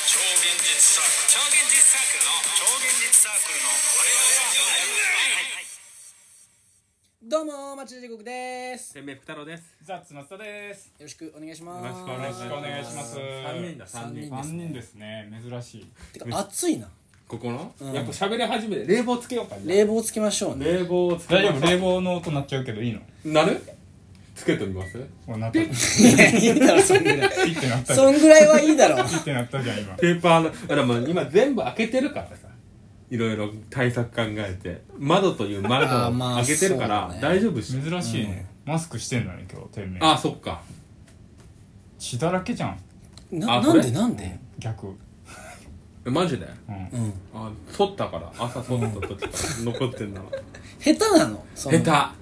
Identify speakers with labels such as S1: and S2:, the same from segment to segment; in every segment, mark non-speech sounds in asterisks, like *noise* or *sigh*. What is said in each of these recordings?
S1: 実サークル超現実サークルの超現実サークルの
S2: どうも町田時刻です
S3: 千名福太郎です。
S4: ザッツ松田です。
S2: よろしくお願いします
S3: よろしくお
S4: よ
S3: 願
S4: ろ
S3: い
S4: しくお願いします。
S3: 三人だ三人
S2: 三
S4: 三人ですね。珍しい。
S2: てか暑いな
S3: ここの、
S2: ん
S3: やっぱ喋り始めて冷房つけようか。
S2: 冷房つけましょうね
S3: 冷房をつけ
S4: 大
S3: ま
S4: 丈
S3: しょう
S4: 夫冷房の音鳴っちゃうけどいいの。
S3: なる？つけてみます？
S4: もう鳴った。ピッ
S2: いや *laughs* いいだろそんぐらい
S4: て鳴ったじゃ
S2: そ
S4: ん。
S2: んぐらいはいいだろ
S4: ピッて鳴ったじゃん今。
S3: ペーパーのあでも今全部開けてるからさ。いろいろ対策考えて窓という窓
S2: あー
S3: を
S2: まあ
S3: 開けてるから、
S2: そうだね
S3: 大丈夫っし。
S4: 珍しいね。マスクしてんのね今日天明。
S3: あそっか。
S4: 血だらけじゃん。
S2: な
S3: あ
S2: なんで
S3: これ
S2: なんで
S4: 逆。
S3: えマジで？
S4: うん
S2: う。ん
S3: あ剃ったから朝剃った時から残ってんだわ。
S2: 下手なのその
S3: 下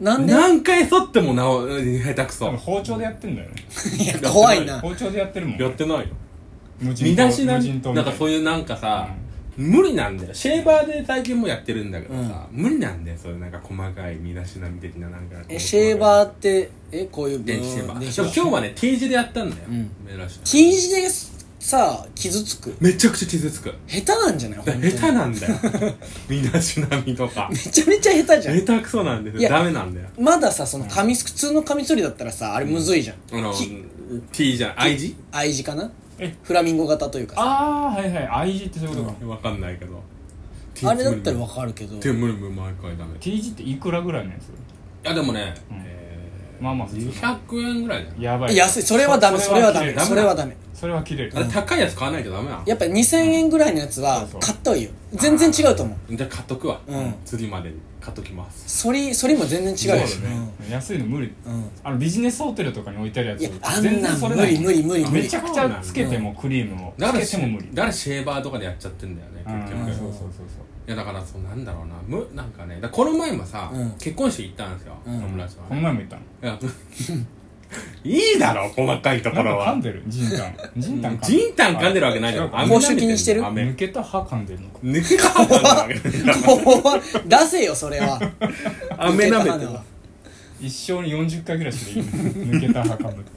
S2: なん
S3: 手。
S2: で
S3: 何回剃ってもなお下手く
S4: 多
S3: そ
S4: 分。包丁でやってんだよね。
S2: いや怖いな
S4: 包丁でやってるもん。
S3: やってないよ。
S4: 無人
S3: 身だし
S4: 島
S3: な
S4: 無
S3: み
S4: 人島
S3: な
S4: みた
S3: んか
S4: いな
S3: そういうなんかさ、無理なんだよシェーバーで最近もやってるんだけどさ、無理なんだよそういうなんか細かい身だしなみ的ななんか
S2: えシェーバー
S3: ー
S2: ってえこういう
S3: 電子シェーバー
S2: 電
S3: で
S2: 子
S3: も
S2: シェーバー
S3: 今日はね T 字でやったんだよ、
S2: ん
S3: 珍しい
S2: T 字でさ傷つく
S3: めちゃくちゃ傷つく
S2: 下手なんじゃない
S3: だ
S2: 本
S3: か
S2: 当
S3: ら
S2: に
S3: 下手な
S2: *laughs*
S3: んだよ身だしなみとか
S2: めちゃめちゃ下手じゃん
S3: 下手くそなんです
S2: いや
S3: よダメなんだよ
S2: まださそのカミ普通のカミソリだったらさあれむずいじゃん
S3: あの
S2: き
S3: T じゃん I 字
S2: I 字かな
S4: え
S2: フラミンゴ型というかさ
S4: ああはいはい。愛人ってそういうことか。
S3: わかんないけど
S2: あれだったらわかるけど
S3: 手無理無理毎回ダメい
S4: T 字っていくらぐらいのやつ？
S3: やでもね、
S4: ん
S3: えー
S4: まあまあ普通
S3: 200円ぐらいだよ
S4: やばい。
S2: 安いそれはダメそれはダメ
S4: 切れる
S2: それはダメ
S4: それは切れる
S3: あ。れ高いやつ買わないとダメなの
S2: やっぱ2000円ぐらいのやつは
S4: そうそう
S2: 買った方がいいよ全然違うと思う
S3: じゃあ買っとくわ、
S2: うん
S3: 釣りまでに買っときます
S2: そりそりも全然違うよ
S4: そうだね、安いの無理、
S2: うん
S4: あのビジネスホテルとかに置いてあるやつ
S2: いやあんなん無理無
S4: 理
S2: 理無理無
S4: め
S2: 理
S4: ちゃくちゃつけてもクリームも
S3: だから
S4: つけても無理
S3: だからシェーバーとかでやっちゃってんだよね結
S4: うん
S3: 局
S4: そうそうそう
S3: いやだからそうなんだろうなむなんかねだからこの前もさ、
S2: うん
S3: 結婚式行ったんですよ、
S2: ん
S3: 友達
S4: そう
S3: は
S4: この前も言ったの
S3: いや *laughs* いいだろ細かいとこ
S4: な
S3: ろ
S4: んか噛
S3: は
S4: んでるジン
S3: *laughs*
S4: タンジンタン
S3: じんたん噛んでるわけないじゃん
S4: 違うか
S3: 飴舐めん
S2: 公
S3: だよ
S2: 衆気にしてる
S3: 飴
S4: 抜けた歯噛んでるのか
S3: 抜けた歯噛んでるわけないじゃん
S2: 怖っ出せよそれは抜
S3: 飴舐めて
S2: けた花は
S4: 一生に40回ぐらいしか言う *laughs* 抜けた歯噛む、
S3: る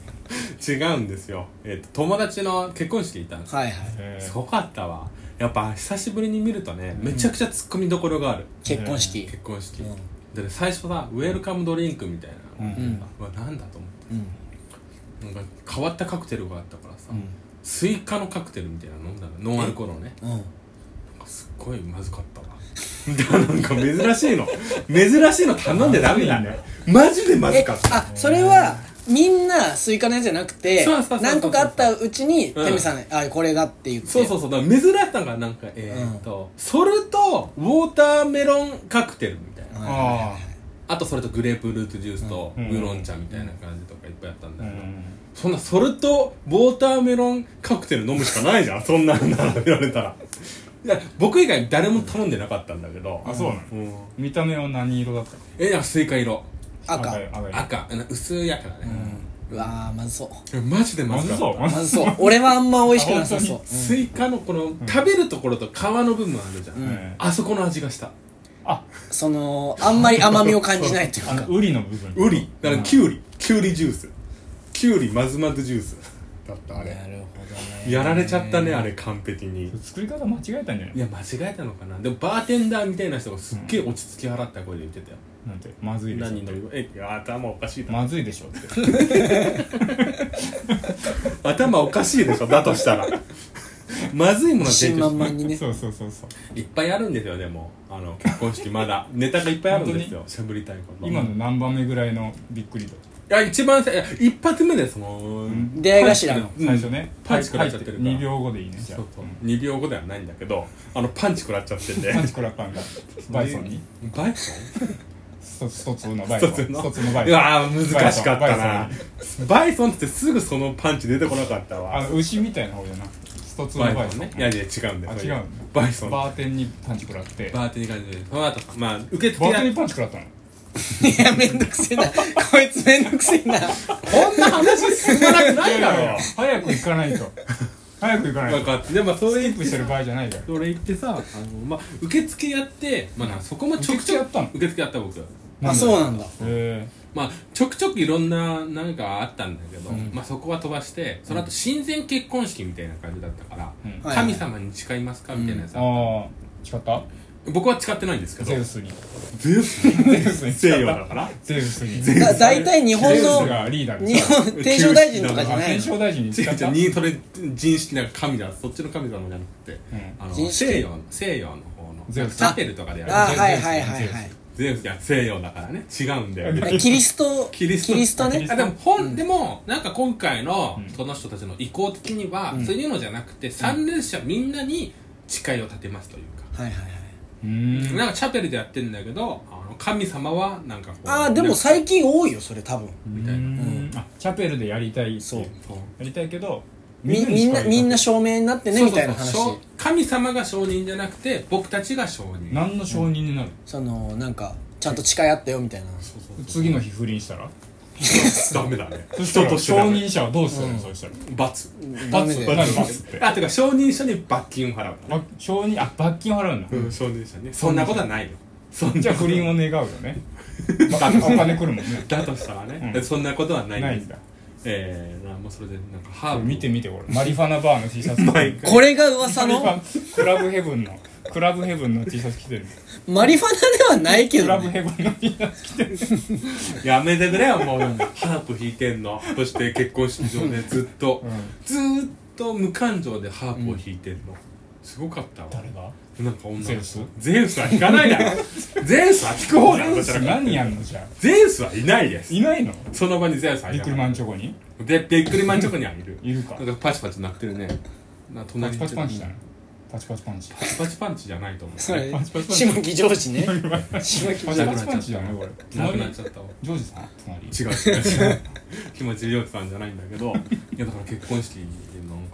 S3: 違うんですよ、えっと友達の結婚式行ったんですよ
S2: はいはい
S4: えー
S3: すごかったわやっぱ久しぶりに見るとねめちゃくちゃツッコミどころがある、
S2: 結婚式
S3: 結婚式、
S2: うん
S3: でね最初さウェルカムドリンクみたいなの、
S4: うん
S3: うわなんだと思っ
S2: うん
S3: てなんか変わったカクテルがあったからさ、
S2: うん
S3: スイカのカクテルみたいなの飲んだのノンアルコールのね
S2: うん
S3: なんかすっごいまずかったわなんか珍しいの *laughs* 珍しいの頼んでダメだねマジでまず
S2: え
S3: かった
S2: あそれはみんなスイカのやつじゃなくて
S3: そうそうそうそう
S2: 何個かあったうちに
S3: うん
S2: テミさんあこれだって言って
S3: そうそうそうだから珍しさがなんかえー、っと、ソルトウォーターメロンカクテルみたいな
S4: あ
S3: あとそれとグレープフルーツジュースとウ
S4: うん
S3: ーロン茶みたいな感じとかいっぱいあったん
S4: あ、う
S3: だけど、
S4: ん、
S3: そんなソルトウォーターメロンカクテル飲むしかないじゃ *laughs* んそんなん並べられたらいや僕以外誰も頼んでなかったんだけど
S4: あそうなの、
S3: うん
S4: 見た目は何色だったの
S3: えいやスイカ色
S2: 赤
S4: い赤い
S3: 赤あの薄い赤だね、
S2: うわーまずそう
S3: えマジで
S4: ま
S3: まず
S4: ず
S3: かった
S4: そうま
S2: ま
S4: ず
S2: ずそう俺はあんま美味しくなさ
S4: あ
S2: そう
S4: 本
S3: スイカのこの食べるところと皮の部分あるじゃん、
S4: うんえー
S3: あそこの味がした
S4: あ
S2: そのあんまり甘みを感じないという
S4: あの
S2: か
S4: ウリの部分
S3: ウリだからキュウリキュウリジュースキュウリまずまずジュースだったあ
S2: な
S3: れ
S2: るほどね
S3: やられちゃったねあれ完璧に
S4: 作り方間違えたんじゃない
S3: いや間違えたのかなでもバーテンダーみたいな人がすっげえ落ち着き払った声で言ってたよ、
S4: なんてまずいでしょ
S3: 何飲みえいや頭おかしいだろ
S4: まずいでしょって
S3: 頭おかしいでしょだと
S4: *laughs*
S3: したらまずいもの
S2: 自
S3: 提
S2: 信
S3: 供
S2: 満
S3: し
S2: 々
S3: *laughs*
S2: にね
S4: そうそうそうそう
S3: いっぱいあるんですよでもあの結婚式まだネタがいっぱいあるんですよしゃぶりたいこと
S4: 今
S3: い
S4: の何番目ぐらいのびっくり度
S3: や一番さいや一発目でその
S2: 出会い頭の
S3: うん
S4: 最初ね
S3: パンチ食らっちゃってるから
S4: 2秒後でいいねじゃあ
S3: そうそう
S4: うん
S3: 2秒後ではないんだけどあのパンチ食らっちゃってて
S4: パンチ食らったんだバイソンに
S3: バイソン
S4: そ疎通のバイソン
S3: 一つの
S4: 疎通のバイ
S3: う
S4: ソン
S3: わー難しかった
S4: バ
S3: なバイソンってすぐそのパンチ出てこなかった
S4: あ
S3: わ
S4: の牛みたいな方じゃなくて疎通の
S3: バ
S4: バイ
S3: イ
S4: ソ
S3: ソ
S4: ン
S3: ンねいやいや違うんだよ
S4: あ
S3: そうい
S4: 違
S3: う
S4: うの
S3: バイソンバ
S4: バーテンにパンチ食らってバ
S3: ーテンに感じでその後まあ受け付け
S4: ー
S3: ら
S4: テン
S3: れ
S4: にパンチ食らったの
S2: いやめんどくせえなこいつめんどくせえな
S3: こんな話進まなくないだろ
S4: 早く行かないと早く行かない
S3: 分
S4: と
S3: かってでもそ
S4: キ
S3: れ言っ
S4: ープ
S3: て
S4: してる
S3: さ
S4: 場合じゃないから
S3: それ言ってさあのまあ受付やってまあなそこもちょくちょ
S4: 受付や
S3: く
S4: ったの
S3: 受付やった僕
S2: あそうなんだ
S4: へえ
S3: まあちょくちょくいろんななんかあったんだけど、まあそこは飛ばしてその後親善結婚式みたいな感じだったから、
S4: うん
S2: はい
S3: 神様に誓いますかみたいなさ、
S4: ああ誓った
S3: 僕は誓ってないんですけど
S4: ゼウ
S3: *laughs*
S4: スに
S3: ゼウス
S4: ゼウス
S3: *laughs*
S4: に
S3: 西
S4: 誓
S3: 洋
S4: った
S3: だから
S4: ゼウスに
S2: だ大体日本
S4: ゼウス
S2: の
S4: がリーダーで
S2: 日
S4: さ
S2: 本天正大臣とかじゃない
S4: 天
S2: の
S4: 正大臣に
S3: 違う
S4: 誓った
S3: 違うそれ人種なんか神だそっちの神様じゃなくて、
S4: ん
S3: あの
S2: 人種
S3: 西洋の西洋の方の
S4: ゼウス
S3: チャペルとかでやる
S2: あ
S3: ゼウス
S2: はいはいはい
S4: ゼウス
S2: はい
S3: ゼウスいや西洋だからね違うんだよ
S4: うん
S3: ね
S2: あキリスト
S3: キリスト
S2: ね
S3: あでも本、でもなんか今回のその人たちの意向的には、そういうのじゃなくて参列者みんなに誓いを立てますというか、
S2: はいはいはいう
S4: ーん
S3: なんかチャペルでやってんだけどあの神様はなんかこう
S2: ああでも
S3: 最
S2: 最近多いよそれ多分
S3: みたいな、
S4: うーんあチャペルでやりたいって
S2: そう
S3: そう
S4: やりたいけど
S2: みみんなみんな
S4: に誓
S2: 証明になってね
S3: そう
S2: みたいな話
S3: そうそう神様が承認じゃなくて僕たちが承認
S4: いた何の承認になる
S2: そのなんかちゃんと誓い合ったよみたいな
S3: そうそうそう
S4: 次の日不倫したら
S3: *laughs* ダメだね
S4: そしたら承
S3: ダメ
S4: 認者はどうするのそうしたら
S3: 罰
S2: ダメ
S4: な
S2: で
S4: る罰って
S3: あてか承認書に罰金を払う
S4: ば承認あ罰金払うんだ
S3: うん承認書ねそんなことはないよそんな
S4: じゃあ不倫を願うよねばお金来るもんね
S3: だとしたらね、
S4: うん
S3: そんなことはない
S4: ない
S3: で
S4: ん
S3: す
S4: だ
S3: えー、なもうそれでなんかハ
S4: こ
S3: ー
S4: れ
S3: ブ
S4: 見て見てこれマリファナバーの T シャツ
S3: マリフ
S2: これが噂
S4: マリフ
S2: の
S4: ァクラブヘブンのクラブヘブンの T シャツ着てる
S2: マリファナではないけ
S4: クラ
S2: ど
S4: ブ
S2: ね
S4: ヘブンの T シャツ着てる
S3: やめてくれよもうハープ弾いてんのそして結婚式場でずっと、ずーっと無感情でハープを弾いてんの、すごかったわ
S4: 誰が
S3: なんか女の子
S4: ゼウス
S3: ゼウスは弾かないだろゼウスは聞く方だろどちらか
S4: 何やんのじゃあ
S3: ゼウスはいないです
S4: いないの
S3: その場にゼウスはい
S4: ビ
S3: な
S4: ック
S3: い
S4: リマンチョコに
S3: でびっくりマンチョコにはいる
S4: いるか
S3: なんかパチパチ鳴ってるねな
S4: パ
S3: 隣
S4: チパ
S3: に
S4: チパンチだ
S3: パ
S4: なパチパチパンチ
S3: チパチパンチじゃないと思う
S2: それ
S4: パ
S2: *laughs*
S4: チパチパチ
S2: 下木ジョージね下木
S4: パチパチパンチだねこれ
S3: なく
S4: 隣
S3: なっ
S4: に
S3: ちゃったわ
S4: ジョージさん隣
S3: 違う違う違う気持ちよくさんじゃないんだけどいやだから結婚式で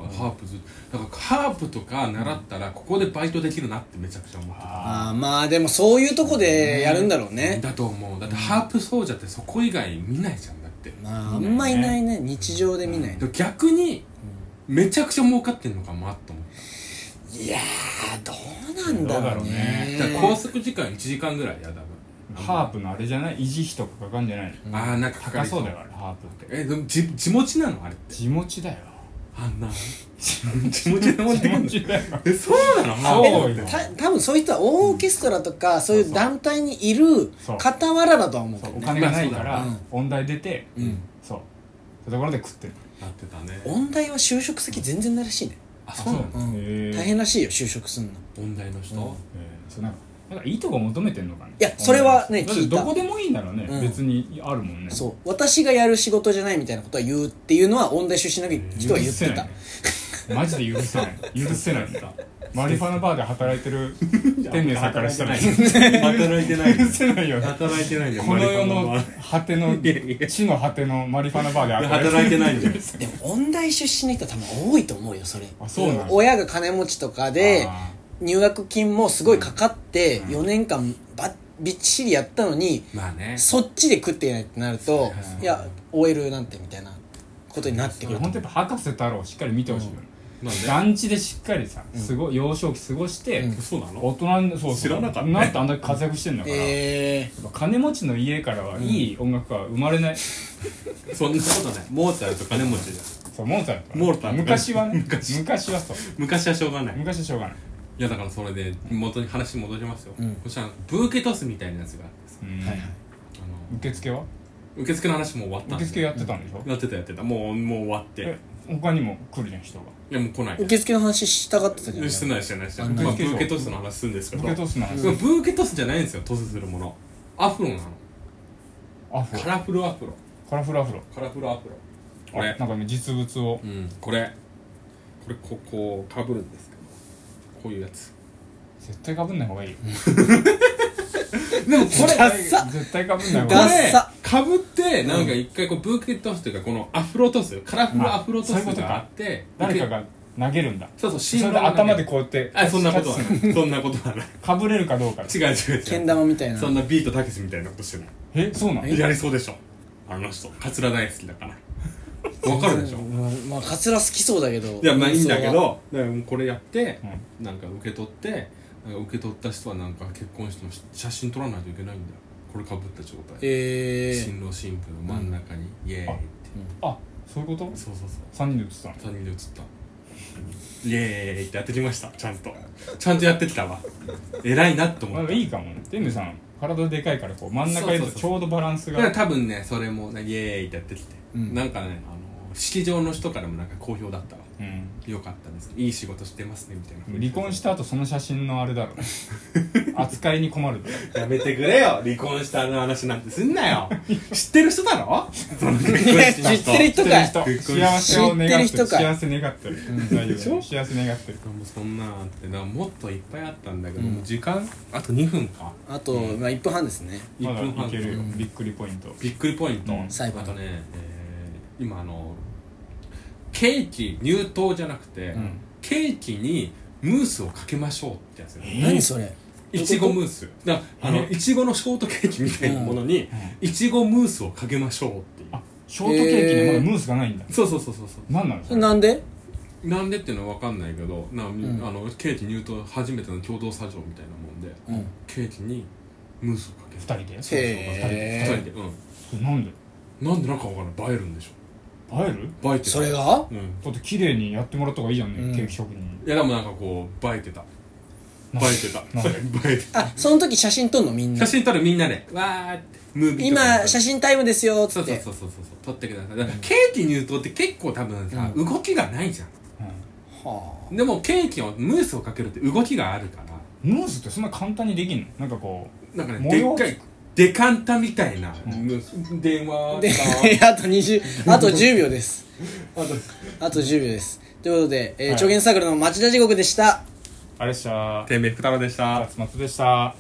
S3: なんかハープずっとだからハープとか習ったらここでバイトできるなってめちゃくちゃ思ってた
S2: ああまあでもそういうとこでやるんだろうね
S3: だと思うだってハープ奏者ってそこ以外見ないじゃんだって
S2: まああんまいないね日常で見ない
S3: で
S2: ね
S3: も逆にめちゃくちゃ儲かってんのかもなと思っ
S2: いやーどうなんだろうね
S3: ただから拘束時間1時間ぐらいやだ
S4: ハープのあれじゃない維持費とかかかんじゃないの
S3: あーなんかかか
S4: 高
S3: りそ
S4: そううだよあれハープって
S3: えでもじ地持ちなのあれって
S4: 地持ちだよ
S3: あんな *laughs* 地持ちで持って
S4: 地
S3: くん
S4: 持
S3: の
S4: ちだよ
S3: えそうなのハ
S4: そう
S3: ープ
S4: よ
S2: た多分そういう人はオーケストラとかそういう団体にいる
S4: そう
S2: 傍らだとは思うけ
S4: そ
S2: ど
S4: うお
S2: ね
S4: 金がないか
S3: ま
S4: ら
S2: あそうだ
S4: 音大出てそうそういうところで食ってる
S3: なってたね
S2: 音大は就職先全然ないらしいね
S3: あそうなの
S2: うん
S4: へー
S2: 大変らしいよ就職すんの
S3: 問題の人、
S4: えーそうなんかなんかいいとこ求めてんのかね
S2: いやそれはね
S4: だって
S2: 聞いた
S4: どこでもいいんだろうね、
S2: うん
S4: 別にあるもんね
S2: そう私がやる仕事じゃないみたいなことは言うっていうのは音大出身の人は言ってた
S4: マジで許せない許せないんだマリファナバーで働いてる天明さんからしたら許
S3: 働いてないよ
S4: せないよね
S3: 働いてないよ
S4: この世の
S3: マリフ
S4: 果ての地の果てのマリファナバーで
S3: ァナ
S4: 働いてる
S3: *laughs* 働いてないじゃん
S2: でも音大出身の人は多分多いと思うよそれ
S4: あそうなんだ
S2: 親が金持ちとかで
S4: あ
S2: 入学金もすごいかかって4年間ばっびっちりやったのに
S3: まあね
S2: そっちで食っていないってなるといや OL なんてみたいなことになって
S4: ー
S2: くる
S4: 本当やっぱ博士太郎をしっかり見てほしいよね、
S3: まあね
S4: 団地でしっかりさすごい幼少期過ごして、
S3: そうなの
S4: 大人にそうそう
S3: 知らなかったね
S4: なってあんだけ活躍してんだから、
S2: え
S4: やっぱ金持ちの家からはいい音楽は生まれない、
S3: そんなことないモーツァルト金持ちじゃん
S4: そうモーツァルト
S3: モーツァルト
S4: 昔はね昔はそう
S3: 昔はしょうがない
S4: 昔はしょうがない
S3: いやだからそれで元に話戻りますよ、
S2: ん
S3: そしたらブーケトスみたいなやつがあってさ
S4: うん
S2: はいはい
S3: あの
S4: 受付は
S3: 受付の話もう終わったん
S4: 受
S3: で
S4: 付やってたんでしょ、
S3: やってたやってたもうもう終わって
S4: え他にも来るじゃん人が
S3: いやもう来ない
S2: 受付の話したかってたじゃん
S3: してないしてないしてない、
S2: あんな
S3: まあ、ブーケトスの話するんですけど
S4: 受け通すの話、
S3: そのブーケトスじゃないんですよトスするものアフロなの
S4: アフロ
S3: カラフルアフロ
S4: カラフルアフロ
S3: カラフルアフロこ
S4: あ
S3: れ
S4: れなんかね実物を
S3: うん、これこれここうかぶるんですけどこういうやつ
S4: 絶対かぶんない方がいいよ
S3: でもこれ
S2: ダッサ
S4: 絶対かぶんない方
S3: こ
S4: がいい
S2: ダッ
S3: れ
S2: サ
S3: かぶってなんか一回こうブーケトスというかこのアフロトスカラフルアフロトス
S4: あそういうことか
S3: があって
S4: 誰かが投げるんだ
S3: そうそう
S4: そ
S3: 新
S4: れ
S3: 聞
S4: で
S3: の中
S4: 頭でこうやって
S3: あそんなことはないそんなことはない
S4: かぶれるかどうか
S3: 違う違う違う
S2: けん玉みたいな
S3: そんなビートたけしみたいなことしてない
S4: えそうなの
S3: やりそうでしょあの人カツラ大好きだから *laughs* わかるでしょ
S2: うんまあカツラ好きそうだけど
S3: いやまあいいんだけ
S2: 演奏は
S3: どだからもうこれやって、なんか受け取ってなんか受け取った人はなんか結婚式の写真撮らないといけないんだよここれかぶった状態、
S2: えー、
S3: 新郎新婦の真ん中に、イエーイって、
S4: あそういうこと
S3: そうそうそう
S4: 三人で写ったの
S3: 他人で映ったイエーイってやってきましたちゃんと *laughs* ちゃんとやってきたわ偉いなと思
S4: ま
S3: っ
S4: あ
S3: た
S4: いいかもね天明さん体でかいからこう真ん中いるとちょうどバランス
S3: だから
S4: が
S3: 多分ねそれもねイエーイってやってきて、
S2: うん
S3: なんかねあの式場の人からもなんか好評だったわ
S4: うん
S3: よかったですいい仕事してますねみたいな
S4: 離婚した後その写真のあれ
S3: *laughs*
S4: だろうね扱いに困るだろ
S3: やめてくれよ離婚したの話なんてすんなよ知ってる人だろその結婚式の人
S2: 知ってる人かい
S4: 知って
S3: 結婚
S4: 幸せを願
S2: 知っ
S4: って
S2: てる
S4: る
S2: 人かい
S4: 幸せ願ってる大丈夫幸せ願ってる
S3: もうそんなんあってだからもっといっぱいあったんだけど、もう時間あと2分か
S2: あと、まあ、1分半ですね
S4: ま
S3: 1
S4: だ
S3: 分半
S4: いけるよ
S2: うん
S4: びっくりポイント
S3: びっくりポイント、
S4: うん
S2: 最後
S3: あとね、えー今あのケーキ入刀じゃなくて、
S4: ん
S3: ケーキにムースをかけましょうってやつ
S4: え
S2: 何それ
S3: いちごムースだからあの
S4: え
S3: いちごのショートケーキみたいなものにいちごムースをかけましょうっていう
S4: あショートケーキにま
S2: え
S4: だ
S2: ー
S4: ムースがないんだ
S3: そうそうそうそうそう
S4: 何なの
S2: そ
S4: そ
S2: れ
S4: れ
S2: なんで
S3: なんでっていうのは分かんないけどな、
S2: ん
S3: あのケーキ入刀初めての共同作業みたいなもんで、
S2: うん
S3: ケーキにムースをかけ
S4: 二
S3: る
S4: 人でそ
S2: へ
S4: れ
S3: 2
S2: え
S3: 人で、う
S4: なんで
S3: ん、なんでなんか分からない映えるんでし
S4: 映える
S3: ょ映えてた
S2: それが
S3: うん
S4: だって綺麗にやってもらった方がいいじゃんね、
S2: うん
S4: ケーキ職人に
S3: いやでもなんかこう映えてた映えてた
S4: なんで
S3: *laughs* 映えてた
S2: あその時写真撮んのみんな
S3: 写真撮るみんなでわーってムービーとか
S2: 今写真タイムですよっつ
S3: そう
S2: っ
S3: そう
S2: て
S3: そうそうそう撮ってくださいだからケーキ入刀って結構多分さ、
S2: う
S3: 動きがないじゃん
S4: うん
S2: は
S3: でもケーキをムースをかけるって動きがあるから
S4: ムースってそんな簡単にできんのなんかこ
S3: なんかね
S4: 模
S3: で
S4: 様
S3: っかいデカンタみたいな、ムース電
S2: あ
S3: 話
S2: で *laughs* あと20あと10秒ですあと10秒ですということで、えー
S4: はい
S2: 超限サークルの町田地獄でした
S4: うあれっしゃー
S3: 天命福太郎でした
S4: 夏松でした